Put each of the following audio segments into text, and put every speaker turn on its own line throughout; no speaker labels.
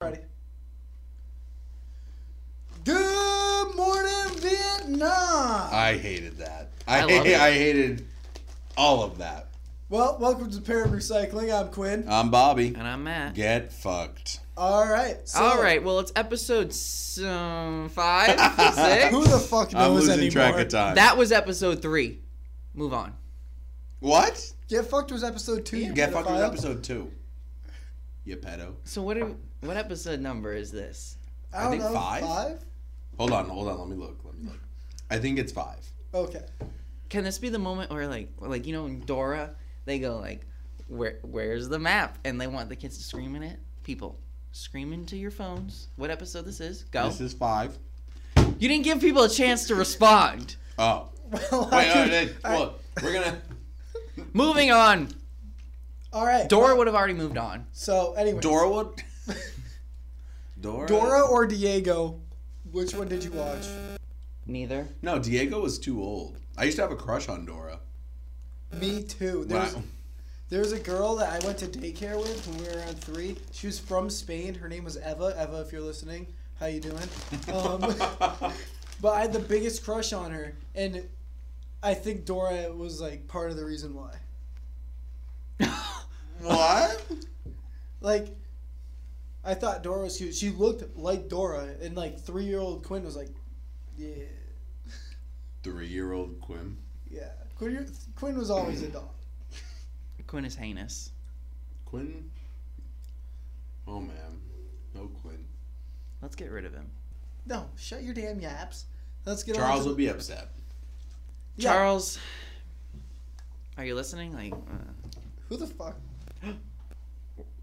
Ready. Good morning, Vietnam.
I hated that. I I,
I love it.
hated all of that.
Well, welcome to Pair Recycling. I'm Quinn.
I'm Bobby.
And I'm Matt.
Get fucked.
All right. So,
All right, well, it's episode s- um, five, six.
Who the fuck knows
I'm losing
anymore?
track of time.
that was episode three. Move on.
what?
Get fucked was episode two. you
Get fucked was
pedophile.
episode two. You pedo.
So what? Are, what episode number is this?
I don't
I think
know,
five? Hold on, hold on. Let me look. Let me look. I think it's five.
Okay.
Can this be the moment where, like, where, like you know, in Dora, they go like, "Where, where's the map?" And they want the kids to scream in it. People, scream into your phones. What episode this is? Go.
This is five.
you didn't give people a chance to respond.
Oh.
Well,
Wait,
I
oh,
could-
that-
I-
look, we're gonna.
Moving on.
all right.
Dora would have already moved on.
So, anyway.
Dora would. Dora.
Dora or Diego? Which one did you watch?
Neither.
No, Diego was too old. I used to have a crush on Dora.
Me too. There was,
Wow.
there was a girl that I went to daycare with when we were around three. She was from Spain. Her name was Eva. Eva, if you're listening, how you doing? Um, but I had the biggest crush on her, and I think Dora was like part of the reason why.
what?
Like, I thought Dora was cute. She looked like Dora, and like three-year-old Quinn was like, yeah,
Three-year-old Quim.
yeah. Quinn, Quinn was always a dog.
Quinn is heinous.
Quinn. Oh man, no Quinn.
Let's get rid of him.
No, shut your damn yaps. Let's get on
Charles
to
would be upset.
Yeah.
Charles, are you listening? Like, uh,
Who the fuck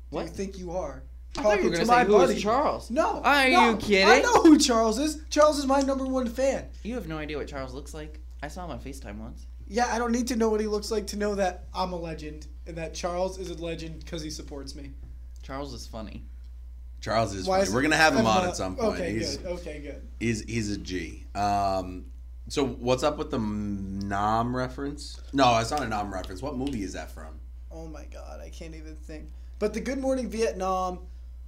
what?
do you think you are?
I thought you were gonna say who is Charles.
No.
Are
no,
you kidding?
I know who Charles is. Charles is my number one fan.
You have no idea what Charles looks like. I saw him on Facetime once.
Yeah, I don't need to know what he looks like to know that I'm a legend and that Charles is a legend because he supports me.
Charles is funny.
Charles is.
Why
funny.
is
We're
it-
gonna have him
I'm
on
not-
at some point.
Okay,
he's,
good. Okay, good.
he's he's a G. Um, so what's up with the nom reference? No, it's not a nom reference. What movie is that from?
Oh my god, I can't even think. But the Good Morning Vietnam,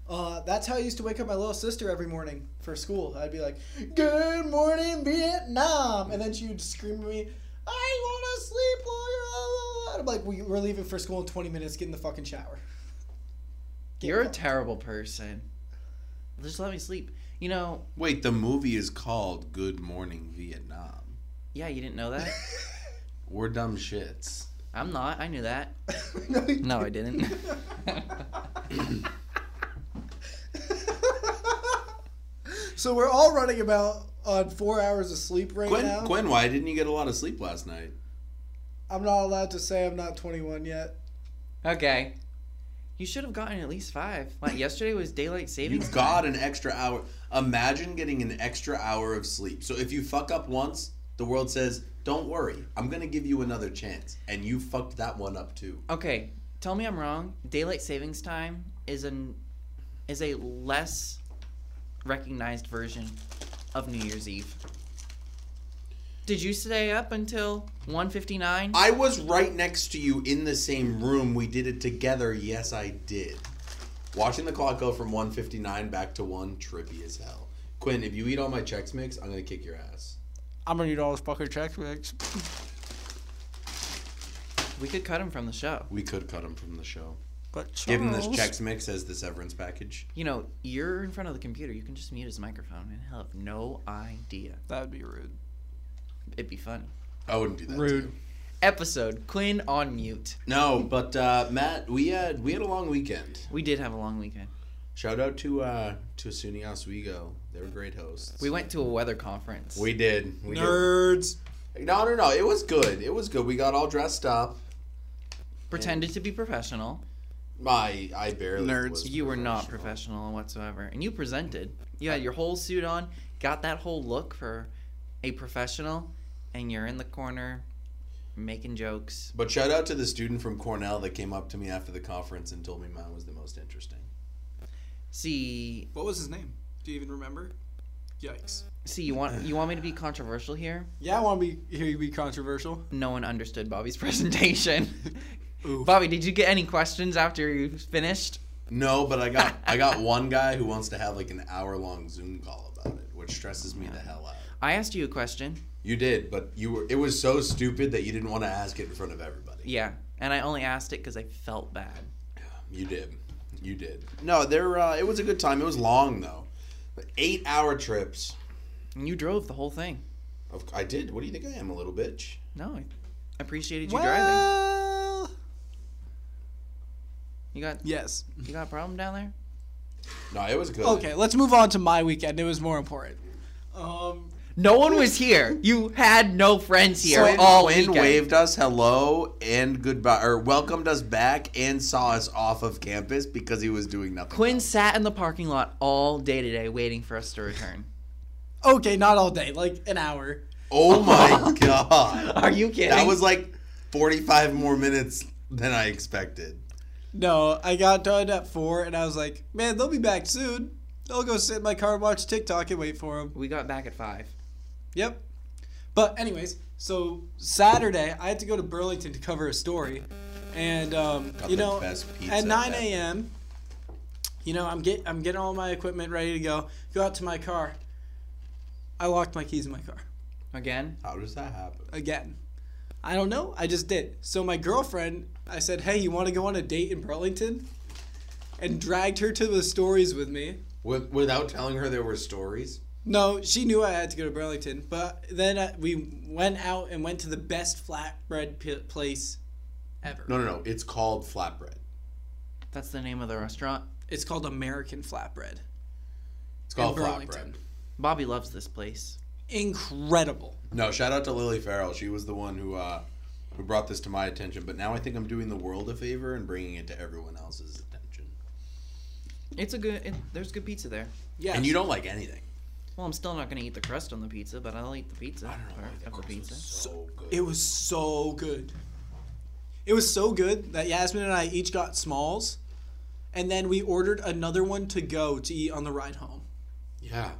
uh, that's how I used to wake up my little sister every morning for school. I'd be like, Good morning Vietnam, and then she would scream at me, I want to sleep. while you're-" And I'm like, we, we're leaving for school in 20 minutes. Get in the fucking shower. Get
You're a
fucked.
terrible person. Just let me sleep. You know,
Wait, the movie is called Good Morning Vietnam.
yeah, you didn't know that.
We're dumb shits.
I'm not. I knew that.
no, you
No, I didn't.
so we're all running about on four hours of sleep right
Quinn,
now.
Quinn, why didn't you get a lot of sleep last night?
I'm not allowed to say I'm not 21 yet.
okay. You should have gotten at least five. Like yesterday was daylight
You
savings. time.
got an extra hour. Imagine getting an extra hour of sleep. So if you fuck up once, the world says, "Don't worry, I'm gonna give you another chance," and you fucked that one up too.
Okay, tell me I'm wrong. Daylight savings time is an is a less recognized version of New Year's Eve. Did you stay up until 1:59?
I was right next to you in the same room. We did it together. Yes, I did. Watching the clock go from 159 back to 1 trippy as hell. Quinn, if you eat all my Chex Mix, I'm going to kick your ass.
I'm gonna need all this fucking check mix.
We could cut him from the show.
We could cut him from the show.
But Charles,
Give him this Chex Mix as the severance package.
You know, you're in front of the computer. You can just mute his microphone and he'll have no idea.
That would be rude.
It'd be fun.
I wouldn't do that. to
Rude.
you.
Episode Quinn on mute.
No, but uh, Matt, we had we had a long weekend.
We did have a long weekend.
Shout out to uh, to SUNY Oswego. They were great hosts.
We went to a weather conference.
We did. We
Nerds.
did. No, no, no. It was good. It was good. We got all dressed up.
pretended to be professional.
My I barely
Nerds.
was
You were not professional whatsoever. And you presented. You had your whole suit on, got that whole look for a professional, and you're in the corner making jokes.
But shout out to the student from Cornell that came up to me after the conference and told me mine was the most interesting.
See,
What was his name? Do you even remember? Yikes.
see, you want you want me to be controversial here?
Yeah, I want to be hear you be controversial.
No one understood Bobby's presentation.
Ooh.
Bobby, did you get any questions after you finished?
No, but I got I got one guy who wants to have like an hour long Zoom call about it, which stresses me the hell out.
I asked you a question.
You did, but you were it was so stupid that you didn't want to ask it in front of everybody.
Yeah, and I only asked it because I felt bad.
You did. You did. No, there uh, it was a good time. It was long though. 8 hour trips.
And you drove the whole thing.
Of, I did. What do you think I am, a little bitch?
No, I appreciated you driving.
Well,
You got
yes.
you got a problem down there?
No, it was good.
Okay, let's move on to my weekend. It was more important. Um,
No one was here. You had no friends here
Quinn,
all
Quinn
weekend.
waved us hello and goodbye, or welcomed us back and saw us off of campus because he was doing nothing.
Quinn
else.
sat in the parking lot all day today waiting for us to return.
okay, not all day, like an hour.
Oh my god,
Are you kidding?
that was like forty-five more minutes than I expected.
No, I got done at four, and I was like, man, they'll be back soon. I'll go sit in my car and watch TikTok and wait for them.
we got back at five.
Yep. But anyways, so Saturday I had to go to Burlington to cover a story, and um,
Got
you
the
know
best pizza
at 9
ever.
a.m. You know I'm get I'm getting all my equipment ready to go. Go out to my car. I locked my keys in my car
Again?
How does that happen?
again. I don't know. I just did. So my girlfriend, I said, "Hey, you want to go on a date in Burlington?" And dragged her to the stories with me.
With, without telling her there were stories.
No, she knew I had to go to Burlington, but then uh, we went out and went to the best flatbread p- place ever.
No, no, no. It's called flatbread.
That's the name of the restaurant.
It's called American Flatbread.
It's called
Burlington.
flatbread.
Bobby loves this place.
Incredible.
No, shout out to Lily Farrell. She was the one who uh, who brought this to my attention. But now I think I'm doing the world a favor and bringing it to everyone else's attention.
It's a good. It, there's good pizza there.
Yeah.
And you don't like anything.
Well, I'm still not gonna eat the crust on the pizza, but I'll eat the pizza.
I don't know.
part
why the
of the
crust was
pizza.
So good.
It was so good. It was so good that Yasmin and I each got smalls, and then we ordered another one to go to eat on the ride home.
yeah.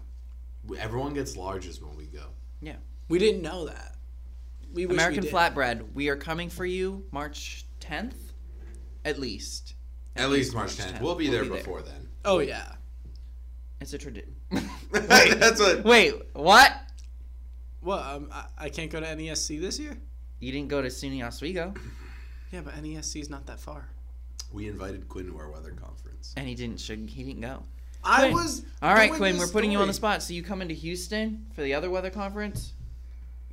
We- Everyone gets larges when we go.
Yeah.
We didn't know that. We wish
American
we did.
flatbread. We are coming for you March 10th, at least.
At, least March 10th. We'll be there before then.
Oh yeah.
It's a tradition.
Wait, that's what.
Wait, what?
Well, um, I, I can't go to NESC this year.
You didn't go to SUNY Oswego,
Yeah, but NESC is not that far.
We invited Quinn to our weather conference.
and he didn't. Should he didn't go?
I
Quinn.
was.
All right,
doing
Quinn.
this
We're putting you on the
story.
spot. So you coming to Houston for the other weather conference?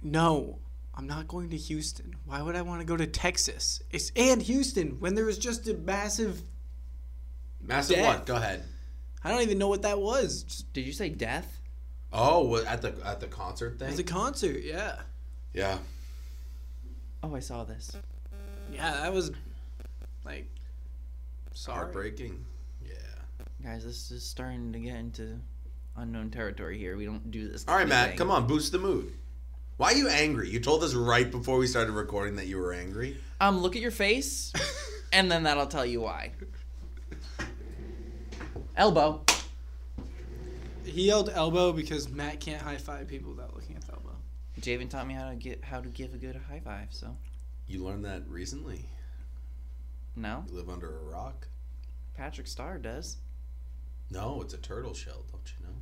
No, I'm not going to Houston. Why would I want to go to Texas? It's and Houston when there was just a massive.
Massive
Death.
what? Go ahead.
I don't even know what that was. Just,
Did you say death?
Oh, what, at the at the concert
it
thing.
was a concert. Yeah.
yeah.
Oh, I saw this.
Yeah, that was like sorry.
Heartbreaking. Yeah.
Guys, this is starting to get into unknown territory here. We don't do this.
All right, Matt. Come on, boost the mood. Why are you angry? You told us right before we started recording that you were angry.
Um, look at your face, and then that'll tell you why. Elbow.
He yelled elbow because Matt can't high five people without looking at the elbow.
Javen taught me how to get how to give a good high five. So
You learned that recently.
no,
You live under a rock.
Patrick Starr does.
No, it's a turtle shell. Don't you know?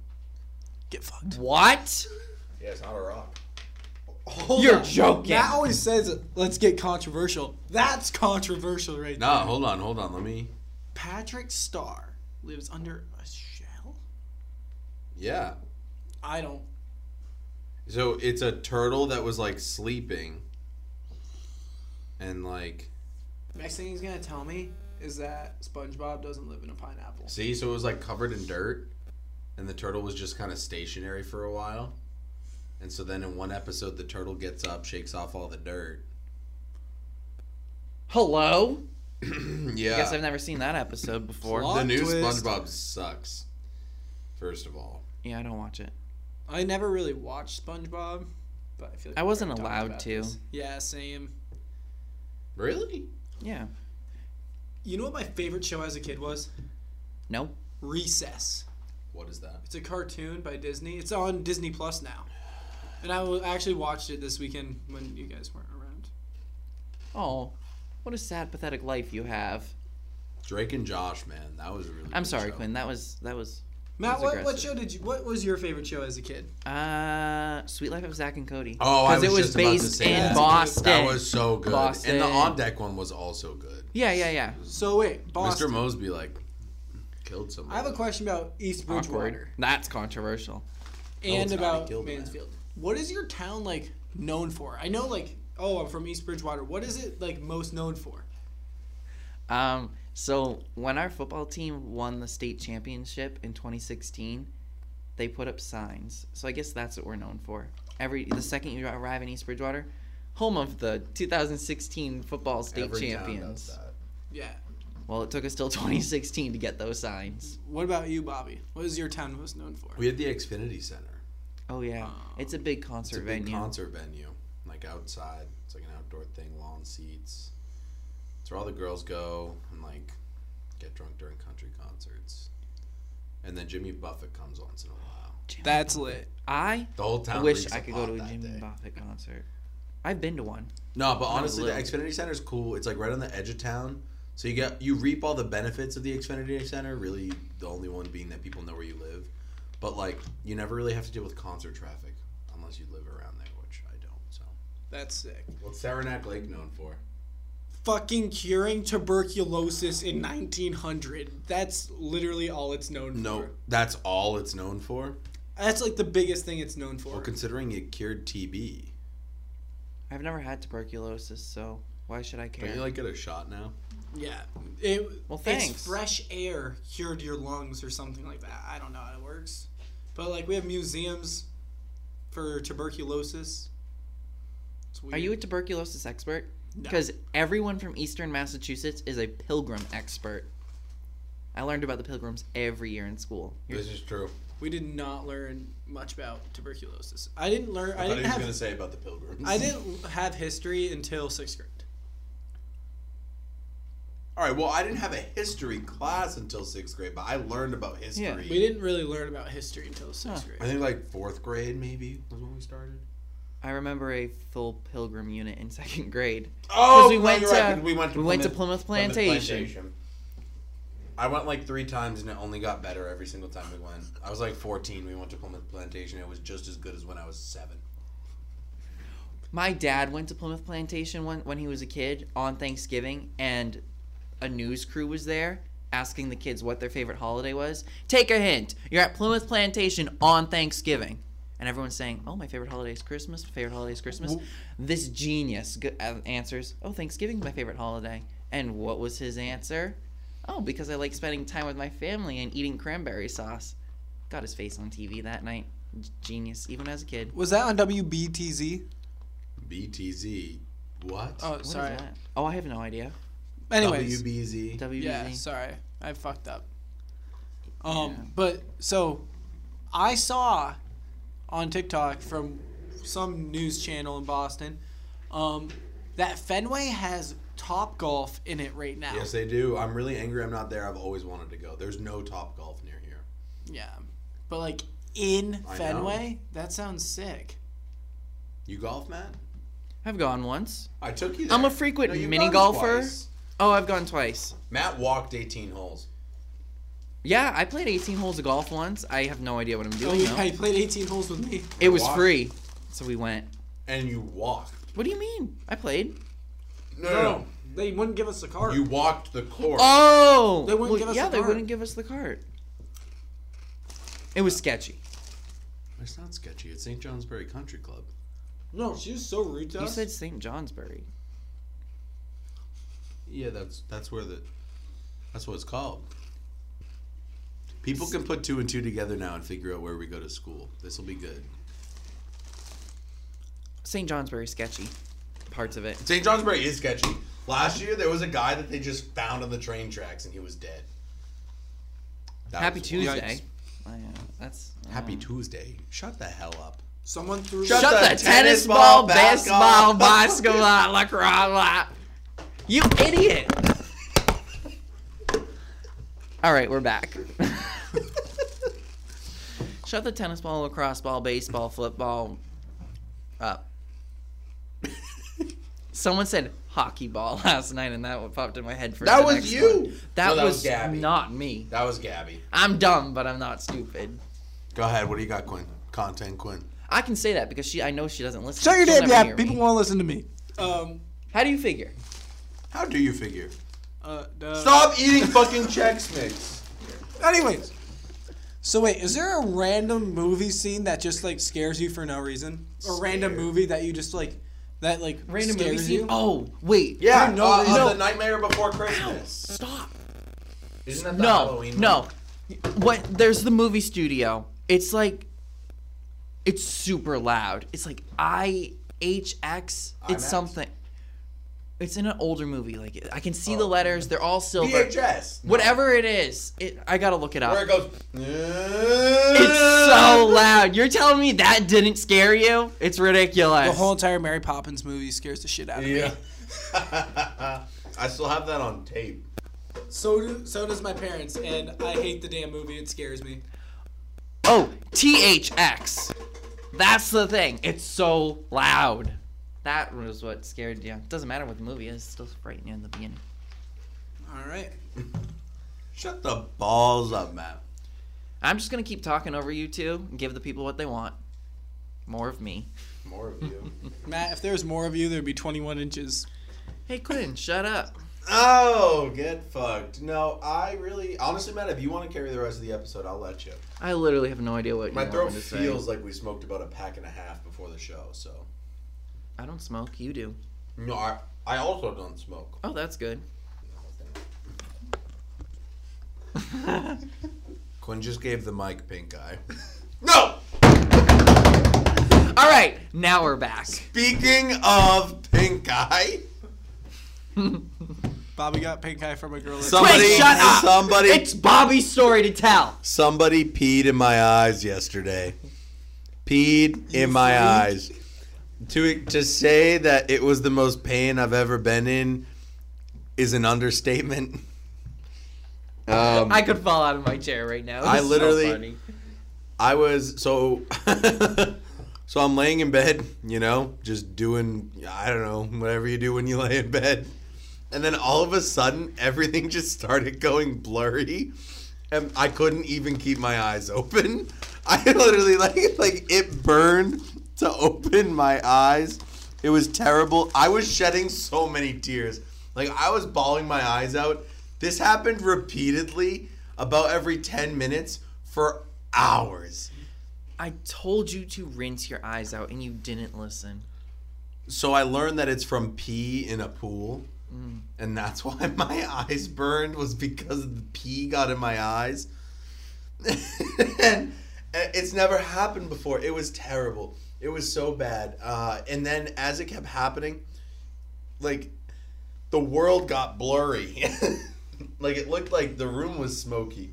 Get fucked.
What?
Yeah, it's not a rock.
You're joking.
Matt always says, "Let's get controversial." That's controversial, right
No,
there.
hold on, hold on. Let me.
Patrick Starr lives under a shell.
Yeah.
I don't.
So it's a turtle that was like sleeping, and like
Next thing he's gonna tell me is that SpongeBob doesn't live in a pineapple.
see, so it was like covered in dirt, and the turtle was just kind of stationary for a while, and so then in one episode the turtle gets up, shakes off all the dirt.
Hello. I guess I've
yeah.
never seen that episode before.
Plot
The new
twist.
SpongeBob sucks. First of all,
Yeah, I don't watch it.
I never really watched SpongeBob, but I feel like
I
we've
wasn't
already talked
allowed
about
to.
this. Yeah, same.
really?
Yeah.
You know what my favorite show as a kid was?
No.
Recess.
What is that?
It's a cartoon by Disney. It's on Disney Plus now. And I wa- I actually watched it this weekend when you guys weren't around.
Oh, what a sad, pathetic life you have.
Drake and Josh, man. That was a really.
I'm
good
sorry,
show.
Quinn. That was that was
Matt,
was
what, what
aggressive.
show did you? What was your favorite show as a kid?
uh Sweet Life of Zach and Cody.
Oh, I
'Cause
was,
it was
just
based
about to say
in
that.
Boston.
That was so good.
Boston.
And the on deck one was also good.
Yeah, yeah, yeah.
So wait, Boston.
Mr. Mosby like killed someone.
I have a question about East Bridgewater
Awkward. That's controversial.
and
Oh, it's not. He
about
killed the
Mansfield. What is your town like known for? I know like oh I'm from East Bridgewater. What is it like most known for?
Um, so when our football team won the state championship in 2016, they put up signs. So I guess that's what we're known for. Every the second you arrive in East Bridgewater, home of the 2016 football state
Every town
champions.
does that.
Yeah.
Well, it took us till 2016 to get those signs.
What about you, Bobby? What is your town most known for?
We had the Xfinity Center.
Oh yeah, it's a big concert
It's a big
venue.
concert venue, like outside. It's like an outdoor thing, lawn seats. It's where all the girls go and like get drunk during country concerts. And then Jimmy Buffett comes once in a while.
That's lit.
I
The whole town.
wish
reeks
I
of
could
pop
go to a
that
Jimmy
day.
Buffett concert. I've been to one.
No, but honestly, the
little.
Xfinity Center is cool. It's like right on the edge of town, so you get you reap all the benefits of the Xfinity Center. Really, the only one being that people know where you live, but like you never really have to deal with concert traffic unless you live around there, which I don't. So,
That's sick.
what's Saranac Lake known for?
Fucking curing tuberculosis in 1900. That's literally all it's known
No,
for.
that's all it's known for.
That's like the biggest thing it's known for.
Well, considering it cured TB,
I've never had tuberculosis, so why should I care?
don't you like get a shot now?
Yeah. It,
Well,
It's
thanks.
fresh air cured your lungs or something like that. I don't know how it works. But like we have museums for tuberculosis. It's
Are
weird.
you a tuberculosis expert?
No.
Because everyone from Eastern Massachusetts is a pilgrim expert. I learned about the pilgrims every year in school. You're-
This is true.
We did not learn much about tuberculosis. I didn't learn. I,
I thought he
didn't
was
have.
gonna say about the pilgrims.
I didn't have history until sixth grade.
All right. Well, I didn't have a history class until sixth grade, but I learned about history.
Yeah.
We didn't really learn about history until sixth
Huh.
grade.
I think like fourth grade maybe was when we started.
I remember a full pilgrim unit in second grade.
Oh,
'Cause we went
you're right,
to-
'cause we went to
we went to Plymouth Plantation.
I went like three times and it only got better every single time we went. I was like 14. We went to Plymouth Plantation. It was just as good as when I was seven.
My dad went to Plymouth Plantation when, when he was a kid on Thanksgiving, and a news crew was there asking the kids what their favorite holiday was. Take a hint. You're at Plymouth Plantation on Thanksgiving. And everyone's saying, Oh, my favorite holiday is Christmas. My favorite holiday is Christmas. This genius g- uh, answers, Oh, Thanksgiving's my favorite holiday. And what was his answer? Oh, because I like spending time with my family and eating cranberry sauce. Got his face on TV that night. G- Genius, even as a kid.
Was that on WBTZ?
BTZ. What?
Oh,
What is
sorry.
that? Oh, I have no idea.
Anyways,
WBZ.
WBZ.
yeah, sorry, I fucked up. Um, but so I saw on TikTok from some news channel in Boston um, that Fenway has Top Golf in it right now.
yes, they do. I'm really angry I'm not there. I've always wanted to go. There's no Top Golf near here.
Yeah, but like in
I know.
Fenway, that sounds sick.
You golf, Matt?
I've gone once.
I took you there.
I'm a frequent
you've
mini
gone
golfer.
twice.
Oh, I've gone twice.
Matt walked 18 holes.
Yeah, I played 18 holes of golf once. I have no idea what I'm
Oh
doing.
yeah,
though.
he played 18 holes with me.
It was
Why?
free, so we went.
And you walked.
What do you mean? I played.
No, no, no.
they wouldn't give us the card.
You walked the course.
Oh,
They wouldn't give us
yeah,
the
they
cart.
wouldn't give us the cart. It was sketchy.
It's not sketchy. It's St. Johnsbury Country Club.
no, she was so rude to
You
us.
said St. Johnsbury.
Yeah, that's that's where the that's what it's called. People can put two and two together now and figure out where we go to school. This will be good.
St. Johnsbury sketchy. Parts of it.
St. Johnsbury is sketchy. Last year there was a guy that they just found on the train tracks and he was dead. That
Happy
was wild.
Tuesday. I, uh, that's uh,
Happy Tuesday. Shut the hell up.
someone threw.
Shut
Shut the,
the
tennis
tennis
ball,
ball,
basketball,
basketball.
basketball, lacrosse. la- You idiot! All right, we're back. Shove the tennis ball, lacrosse ball, baseball, football up. Someone said hockey ball last night, and that popped in my head for
That
the
was
next
you!
one. That,
No, that
was,
was Gabby.
not me.
That was Gabby.
I'm dumb, but I'm not stupid.
Go ahead. What do you got, Quinn? Content, Quinn.
I can say that because she, I know she doesn't listen.
Shut your
She'll
damn
never
yeah.
hear
People
me.
want to listen to me. Um.
How do you figure?
How do you figure?
Uh. Duh.
Stop eating fucking Chex Mix.
Anyways. So wait, is there a random movie scene that just like scares you for no reason? A random
Scared.
movie that you just like that like
Random
scares
movie
you?
scene? Oh, wait.
Yeah,
No,
uh,
no.
uh, the Nightmare Before Christmas.
Stop.
Isn't that the
No,
Halloween
no.
one?
What? There's the movie studio. It's like, it's super loud. It's like I H X. It's
IMAX?
something. It's in an older movie. Like I can see the
Oh.
letters. They're all silver.
VHS.
Whatever it is, it, I gotta look it up.
Where it goes.
It's so loud. You're telling me that didn't scare you? It's ridiculous.
The whole entire Mary Poppins movie scares the shit out of me.
Yeah. I still have that on tape.
So do so does my parents, and I hate the damn movie. It scares me.
oh, T H X. That's the thing. It's so loud. That was what scared you. Doesn't matter what the movie is. It's still frightening in the beginning.
All right.
Shut the balls up, Matt.
I'm just gonna keep talking over you two and give the people what they want. More of me.
More of you.
Matt, if there was more of you, there'd be 21 inches.
Hey Quinn, shut up.
oh, get fucked. No, I really, honestly, Matt, if you want to carry the rest of the episode, I'll let you.
I literally have no idea what
My
you
throat
want me to say.
feels like we smoked about a pack and a half before the show, so.
I don't smoke. You do.
No, I, I also don't smoke.
Oh, that's good.
Quinn just gave the mic pink eye. no!
All right, now we're back.
Speaking of pink eye,
Bobby got pink eye from a girl. That
Somebody-
Quinn, shut up.
somebody-
It's Bobby's story to tell.
somebody peed in my eyes yesterday. Peed in my eyes. To e, to say that it was the most pain I've ever been in is an understatement. Um,
I could fall out of my chair right now.
I
It's so
literally-
funny.
I was so so I'm laying in bed, you know, just doing I don't know, whatever you do when you lay in bed. And then all of a sudden everything just started going blurry and I couldn't even keep my eyes open. I literally like like it burned to open my eyes. It was terrible. I was shedding so many tears. Like I was bawling my eyes out. This happened repeatedly about every 10 minutes for hours.
I told you to rinse your eyes out and you didn't listen.
So I learned that it's from pee in a pool. And that's why my eyes burned was because the pee got in my eyes. and uh, it's never happened before. It was terrible. It was so bad. Uh, and then as it kept happening, like the world got blurry. like it looked like the room was smoky.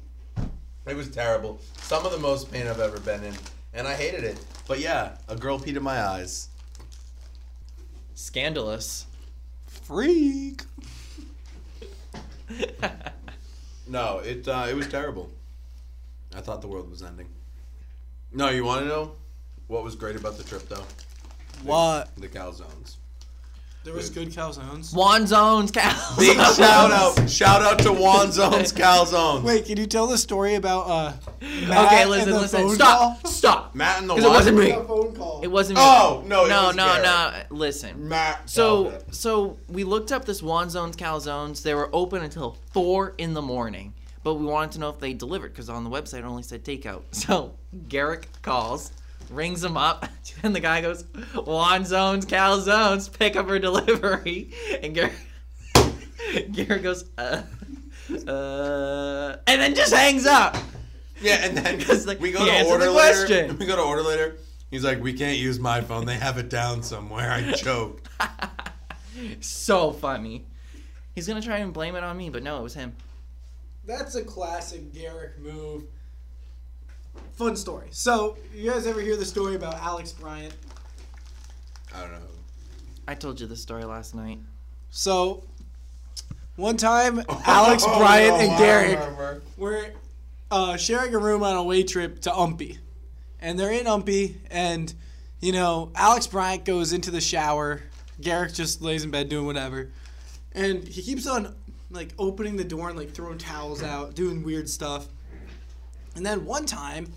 It was terrible. Some of the most pain I've ever been in. And I hated it. But yeah, a girl peed in my eyes.
Scandalous.
freak.
No, it uh, it was terrible. I thought the world was ending. No, you want to know what was great about the trip though?
What?
The calzones.
There was good calzones.
Juan Zones, Cal.
Big shout out! Shout out to Wanzone's calzones.
Wait, can you tell the story about uh? Matt
Okay,
and
listen,
the
listen.
phone
Stop,
call?
stop.
Matt and the
Because it wasn't
what?
We
me.
got a phone call.
It wasn't. me.
Oh, no, it
no,
was
no,
Garrett.
no. Listen.
Matt.
So,
Delvin.
so we looked up this Wanzones calzones. They were open until four in the morning, but we wanted to know if they delivered because on the website it only said takeout. So Garrick calls, rings him up, and the guy goes, "Wanzones calzones, pick up or delivery." And Garrick, Garrick goes, uh, uh, and then just hangs up.
yeah, and then
Because, like,
we go
he
to
answered
order
the
later.
question.
We go to order later. He's like, we can't use my phone. They have it down somewhere. I choked.
So funny. He's gonna try and blame it on me, but no, it was him.
That's a classic Garrick move. Fun story. So, you guys ever hear the story about Alex Bryant?
I don't know.
I told you this story last night.
So, one time, Alex, Bryant,
Oh,
and
I
Garrick
remember.
were uh, sharing a room on a way trip to Umpy. and they're in Umpy, and you know Alex Bryant goes into the shower. Garrick just lays in bed doing whatever, and he keeps on like opening the door and like throwing towels out, doing weird stuff. And then one time,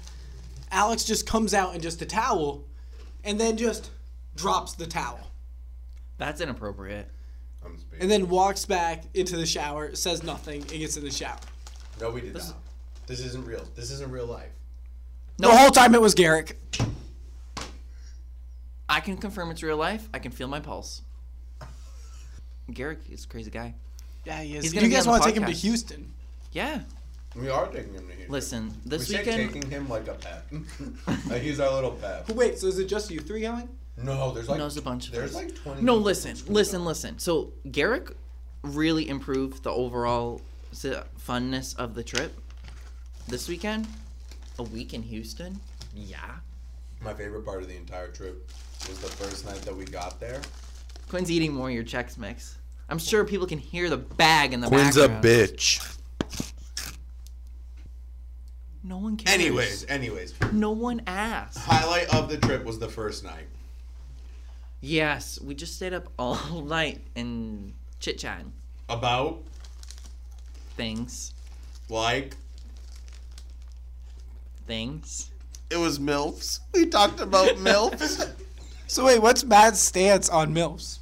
Alex just comes out in just a towel, and then just drops the towel,
That's inappropriate.
I'm speaking.
and then walks back into the shower, says nothing, and gets in the shower.
no, we did not. This isn't real. This isn't real life.
No.
The whole time it was Garrick.
I can confirm it's real life. I can feel my pulse. Garrick is a crazy guy.
Yeah, he
He's
is.
gonna
You
be
guys
on the
want to take him to
podcast.
Houston?
Yeah.
We are taking him to Houston.
Listen,
we
this
say
weekend
taking him like a pet. like he's our little pet.
Wait, so is it just you three going?
No, there's like
knows a bunch of
There's
us.
like twenty.
No,
people
listen,
between
listen,
us.
listen. So Garrick really improved the overall s- funness of the trip this weekend. A week in Houston, yeah.
My favorite part of the entire trip was the first night that we got there.
Quinn's eating more of your Chex Mix. I'm sure people can hear the bag in the background.
bitch.
No one cares.
Anyways, anyways,
no one asked.
highlight of the trip was the first night.
Yes, we just stayed up all night and chit chatting
About
things,
like
things.
it was milfs. We talked about milfs.
So wait, what's Matt's stance on milfs?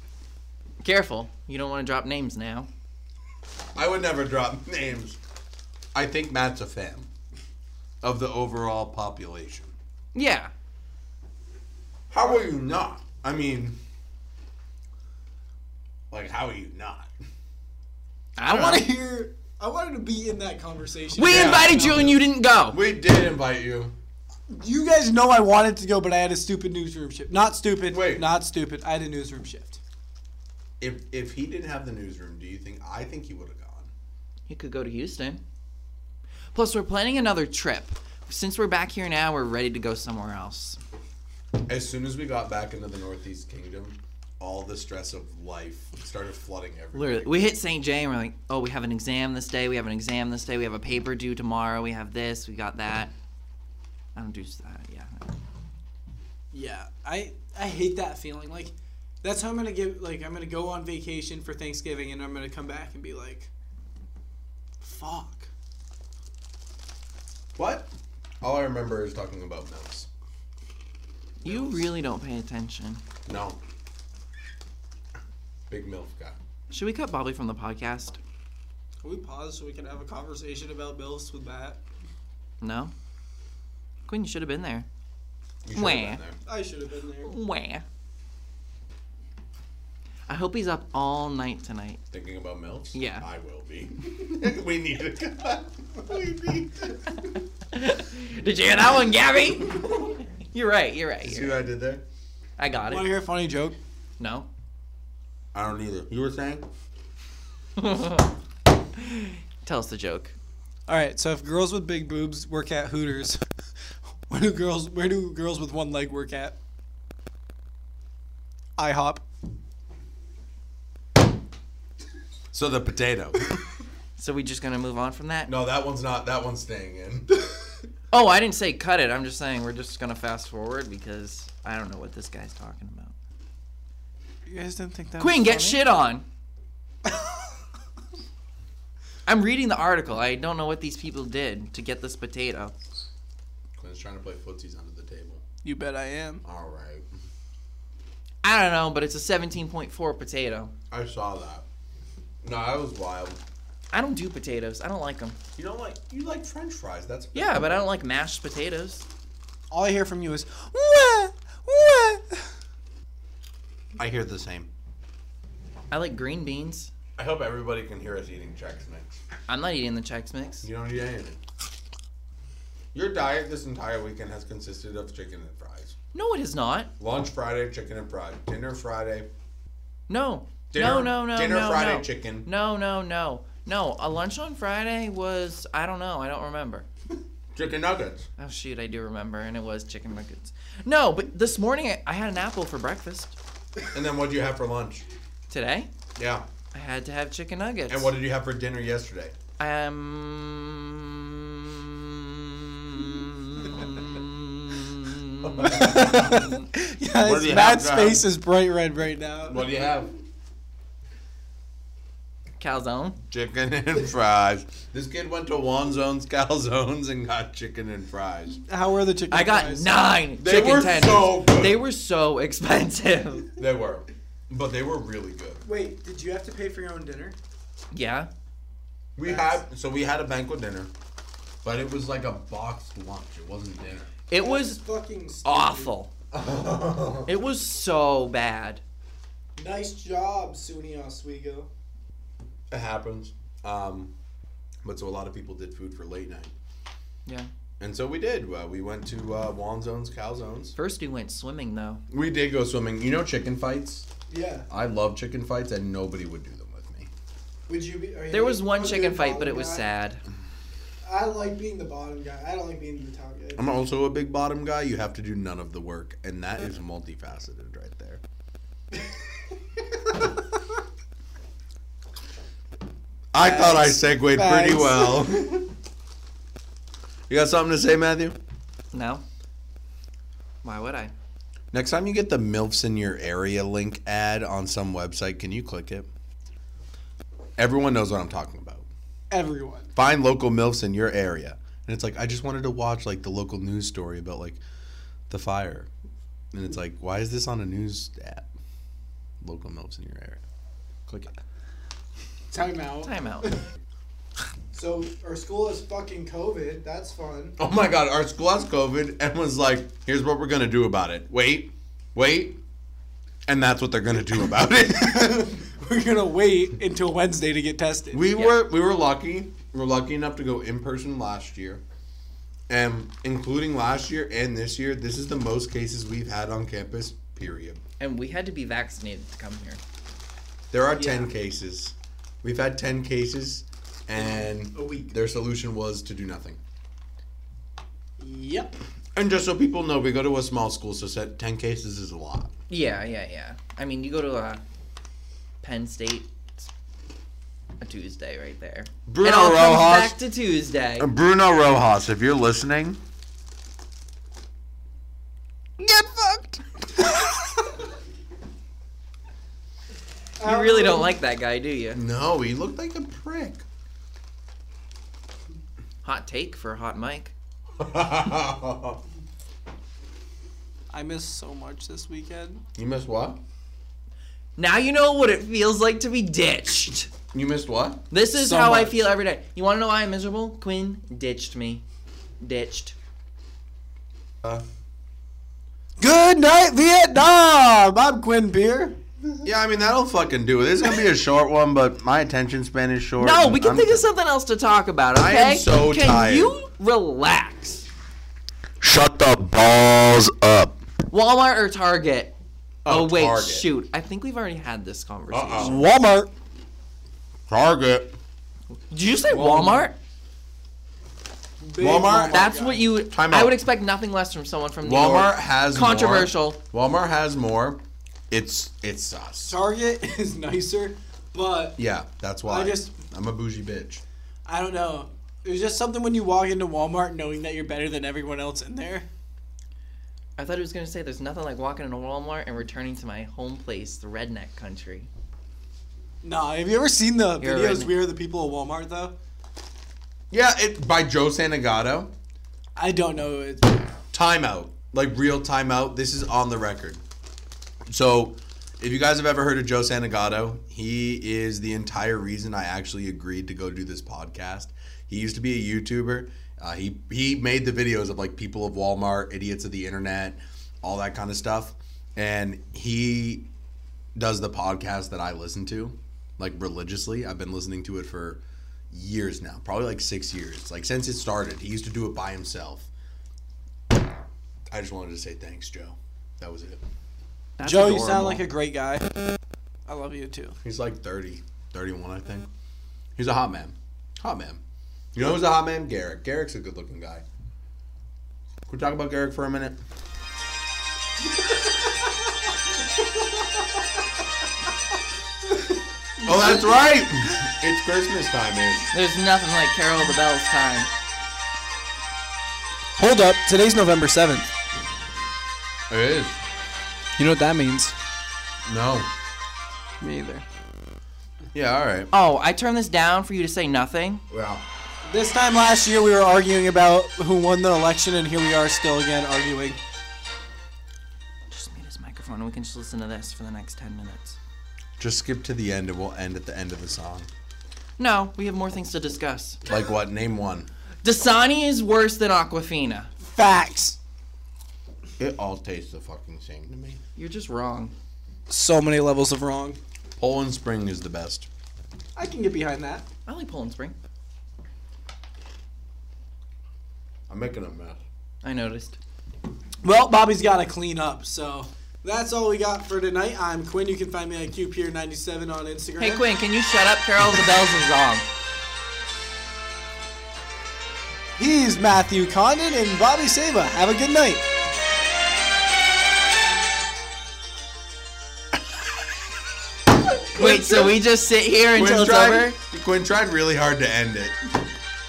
Careful, you don't want to drop names now.
I would never drop names. I think Matt's a fan of the overall population.
Yeah,
How are you not? I mean, like, how are you not?
I,
I
don't
want to
know.
hear. I wanted to be in that conversation.
We
Yeah.
invited you and you didn't go.
We did invite you.
you guys know I wanted to go, but I had a stupid newsroom shift. Not stupid.
Wait.
Not stupid. I had a newsroom shift.
If if he didn't have the newsroom, do you think I think he would have gone?
You could go to Houston. Plus, we're planning another trip. Since we're back here now, we're ready to go somewhere else.
As soon as we got back into the Northeast Kingdom, all the stress of life started flooding everywhere.
Literally, we hit St. Jay and we're like, oh, we have an exam this day, we have an exam this day, we have a paper due tomorrow, we have this, we got that. I don't do s- that, yeah.
Yeah, I I hate that feeling. Like, that's how I'm gonna give. Like, I'm gonna go on vacation for Thanksgiving, and I'm gonna come back and be like, "Fuck."
What? All I remember is talking about milfs.
You really don't pay attention.
No. Big milf guy.
Should we cut Bobby from the podcast?
Can we pause so we can have a conversation about milfs with Matt?
No? Quinn, you should have been there.
You should've
Wah.
been there.
I should have been there.
Wah. I hope he's up all night tonight.
Thinking about milfs?
Yeah.
I will be. we need to cut. We need to-
Did you hear that one, Gabby? you're right, you're right.
See
You're
what
right.
I did there?
I got
Want to
it.
hear a funny joke?
No?
I don't either. You were saying?
Tell us the joke.
All right, so if girls with big boobs work at Hooters, where do girls where do girls with one leg work at? IHOP.
So the potato.
So we just gonna move on from that?
no, that one's not. That one's staying in.
Oh, I didn't say cut it. I'm just saying we're just gonna fast forward because I don't know what this guy's talking about.
You guys didn't think that
Quinn, get shit on. I'm reading the article. I don't know what these people did to get this potato.
Quinn's trying to play footsies under the table.
You bet I am.
All right.
I don't know, but it's a 17.4 potato.
I saw that. No, I was wild.
I don't do potatoes. I don't like them.
You don't like you like French fries. That's
Yeah, but I don't like mashed potatoes.
All I hear from you is what what.
I hear the same.
I like green beans.
I hope everybody can hear us eating Chex Mix.
I'm not eating the Chex Mix.
You don't eat anything. Your diet this entire weekend has consisted of chicken and fries.
No, it is not.
Lunch Friday, chicken and fries. Dinner Friday.
No.
Dinner,
no, no, no,
Dinner
no,
Friday
no.
chicken.
No, no, no. No, a lunch on Friday was I don't know, I don't remember.
Chicken nuggets.
Oh shoot, I do remember, and it was chicken nuggets. No, but this morning I, I had an apple for breakfast.
And then what do you have for lunch?
Today
Yeah.
I had to have chicken nuggets.
And what did you have for dinner yesterday?
um
yeah,
What do you have,
Matt's
John?
face is bright red right now.
What do you have?
Calzone.
Chicken and fries. This kid went to Wanzone's Calzones and got chicken and fries.
How were the chicken?
I got
fries?
nine
They
chicken
were
tenders.
so good.
They were so expensive.
They were, but they were really good.
Wait, did you have to pay for your own dinner?
yeah.
We had so we had a banquet dinner, but it was like a boxed lunch. It wasn't dinner.
It was
Fucking stupid.
awful. It was so bad.
Nice job, SUNY Oswego.
It happens. Um, but so a lot of people did food for late night,
Yeah.
and so we did. Uh, we went to uh, Wanzone's Calzones.
First we went swimming though.
We did go swimming. You know chicken fights.
Yeah.
I love chicken fights, and nobody would do them with me.
Would you be? Are you
There was one
okay,
chicken fight, but
bottom
it was
guy?
sad.
I like being the bottom guy. I don't like being the top guy.
I'm also a big bottom guy. You have to do none of the work, and that is multifaceted right there. I thought I segued pretty
Facts.
well. You got something to say, Matthew?
No. Why would I?
Next time you get the MILFs in your area link ad on some website, can you click it? Everyone knows what I'm talking about.
Everyone.
find local milfs in your area and it's like i just wanted to watch like the local news story about like the fire and it's like why is this on a news app local milfs in your area click it
Time out.
Time out.
So our school is fucking COVID. That's fun.
oh my god our school has covid and was like here's what we're gonna do about it wait wait and that's what they're gonna do about it
We're gonna wait until Wednesday to get tested.
we were we were lucky we were lucky enough to go in person last year and including last year and this year this is the most cases we've had on campus period
and we had to be vaccinated to come here.
There are 10 cases. We've had 10 cases, and
A week.
their solution was to do nothing.
Yep.
And just so people know, we go to a small school, so set 10 cases is a lot.
Yeah, yeah, yeah. I mean, you go to uh, Penn State it's a Tuesday right there.
Bruno
it all comes
Rojas. Um,
back to Tuesday.
Uh, Bruno Rojas, if you're listening, get fucked.
You really don't like that guy, do you?
No, he looked like a prick.
Hot take for Hot Mike.
I missed so much this weekend.
you missed what?
Now you know what it feels like to be ditched.
You missed what?
This is
So
how I
much.
feel every day. You want to know why I'm miserable? Quinn ditched me. Ditched.
Uh,
Good night, Vietnam. I'm Quinn Beer.
yeah, I mean, that'll fucking do it. This is going to be a short one, but my attention span is short.
No,
and
we can
I'm-
think of something else to talk about, okay?
I am so
can
tired.
you relax?
Shut the balls up.
Walmart or Target? Oh, wait,
Target.
shoot. I think we've already had this conversation.
Uh-oh.
Walmart.
Target.
Did you say Walmart?
Big
Walmart?
That's what you.
Time
I
out.
would expect nothing less from someone from New
Walmart
York.
has
Controversial.
More. Walmart has more. It's it's us.
Target is nicer, but
Yeah, that's why.
I just-
I'm a bougie bitch.
I don't know. There's just something when you walk into Walmart knowing that you're better than everyone else in there.
I thought he was gonna say there's nothing like walking into Walmart and returning to my home place, the redneck country.
Nah, have you ever seen the
You're
videos
right.
We Are the People of Walmart though?
Yeah, it by Joe Sanagato.
I don't know. It's, oh,
Timeout. Like real timeout. This is on the record. So if you guys have ever heard of Joe Sanagato, he is the entire reason I actually agreed to go do this podcast. He used to be a YouTuber. Uh, he he made the videos of like people of Walmart, idiots of the internet, all that kind of stuff. And he does the podcast that I listen to, like religiously. I've been listening to it for years now, probably like six years. Like since it started, he used to do it by himself. I just wanted to say thanks, Joe. That was it.
That's
Joe, you sound
adorable.
like a great guy. I love you too.
He's like 30, 31, I think. He's a hot man. Hot man. You know who's a hot man? Garrick. Garrick's a good looking guy. Can we talk about Garrick for a minute? oh, that's right. It's Christmas time, ish.
There's nothing like Carol the Bell's time.
Hold up. Today's November 7th.
It is.
You know what that means?
No.
Me either.
Yeah, all right.
Oh, I turned this down for you to say nothing.
Wow.
This time last year, we were arguing about who won the election, and here we are still again arguing.
Just mute his microphone, and we can just listen to this for the next ten minutes.
Just skip to the end and we'll end at the end of the song.
No, we have more things to discuss.
Like what? Name one.
Dasani is worse than Aquafina.
Facts.
It all tastes the fucking same to me.
You're just wrong.
So many levels of wrong.
Poland Spring is the best.
I can get behind that.
I like Poland Spring.
I'm making a mess.
I noticed.
Well, Bobby's got to clean up, so that's all we got for tonight. I'm Quinn. You can find me at QPeer97 on Instagram.
Hey Quinn, can you shut up? Carol of the Bells is on.
He's Matthew Condon and Bobby Sava. Have a good night.
Wait, so we just sit here until it's over?
Quinn tried really hard to end it.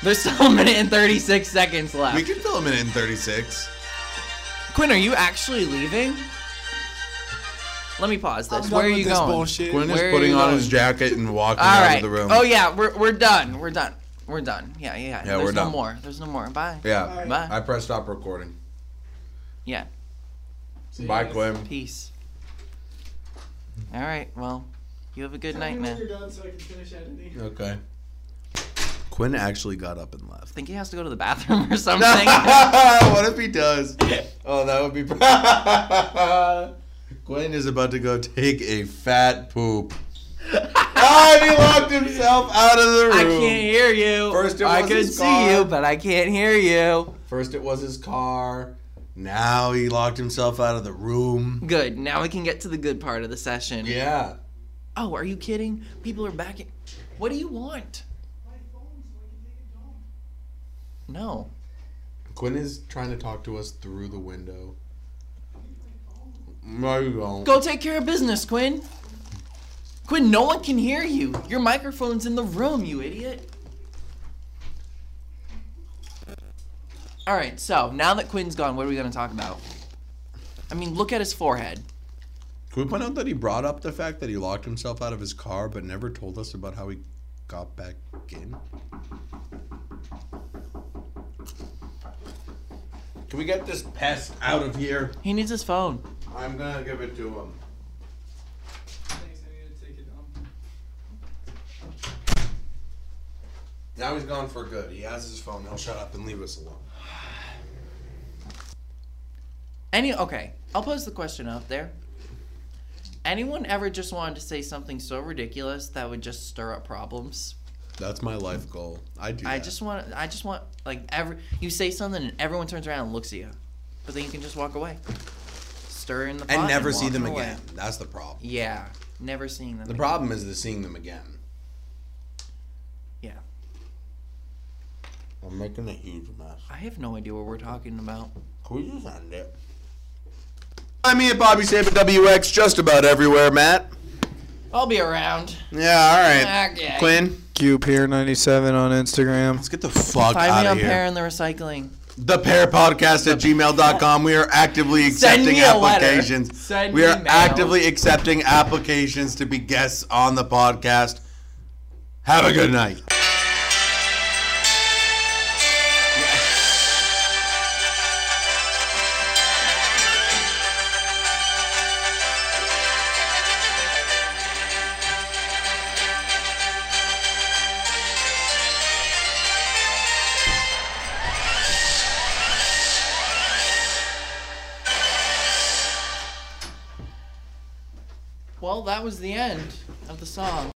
There's still a minute and 36 seconds left.
We can fill a minute in 36.
Quinn, are you actually leaving? Let me pause this.
I'm
Where
done
are
with
you
this
going?
bullshit.
Quinn
Where are
is putting
you
on
going?
his jacket and walking
All
out
right.
of the room.
Oh yeah, we're we're done. We're done. We're done. Yeah, yeah.
Yeah,
There's
we're
no
done.
more. There's no more. Bye.
Yeah.
All right.
Bye.
I pressed stop recording.
Yeah.
Bye, Quinn.
Peace. All right. Well, you have a good night, man.
Okay. Quinn actually got up and left.
think he has to go to the bathroom or something.
what if he does? Oh, that would be. Gwen is about to go take a fat poop. Ah, he locked himself out of the room.
I can't hear you.
First it
I
was
could
his
see you,
car.
but I can't hear you.
First it was his car. Now he locked himself out of the room.
Good. Now we can get to the good part of the session.
Yeah.
Oh, are you kidding? People are back. In- what do you want? No.
Quinn is trying to talk to us through the window. No, you don't.
Go take care of business, Quinn. Quinn, no one can hear you. Your microphone's in the room, you idiot. All right, so now that Quinn's gone, what are we going to talk about? I mean, look at his forehead.
Can we point out that he brought up the fact that he locked himself out of his car but never told us about how he got back in? Can we get this pest out of here?
He needs his phone.
I'm gonna give it to him. Now he's gone for good. He has his phone. He'll shut up and leave us alone.
Any okay, I'll pose the question out there. Anyone ever just wanted to say something so ridiculous that would just stir up problems?
That's my life goal. I do.
I
that.
just want I just want like every you say something and everyone turns around and looks at you. But then you can just walk away. Stir in the pot
and never see
walk
them
away.
again. That's the problem.
Yeah. Never seeing them.
The
again.
problem is the seeing them again.
Yeah.
I'm making a huge mess.
I have no idea what we're talking about.
Can we just end it? Find me at Bobby Saban WX just about everywhere, Matt.
I'll be around.
Yeah, all
Okay.
right. Quinn,
QPeer97 on Instagram.
let's get the fuck
Find
out
me
of
on
here.
Pear and the Recycling.
The Pair Podcast at gmail.com. We are actively
Send
accepting
me a letter.
applications.
Send
we
me
are
mail.
actively accepting applications to be guests on the podcast. Have a good night.
Well, that was the end of the song.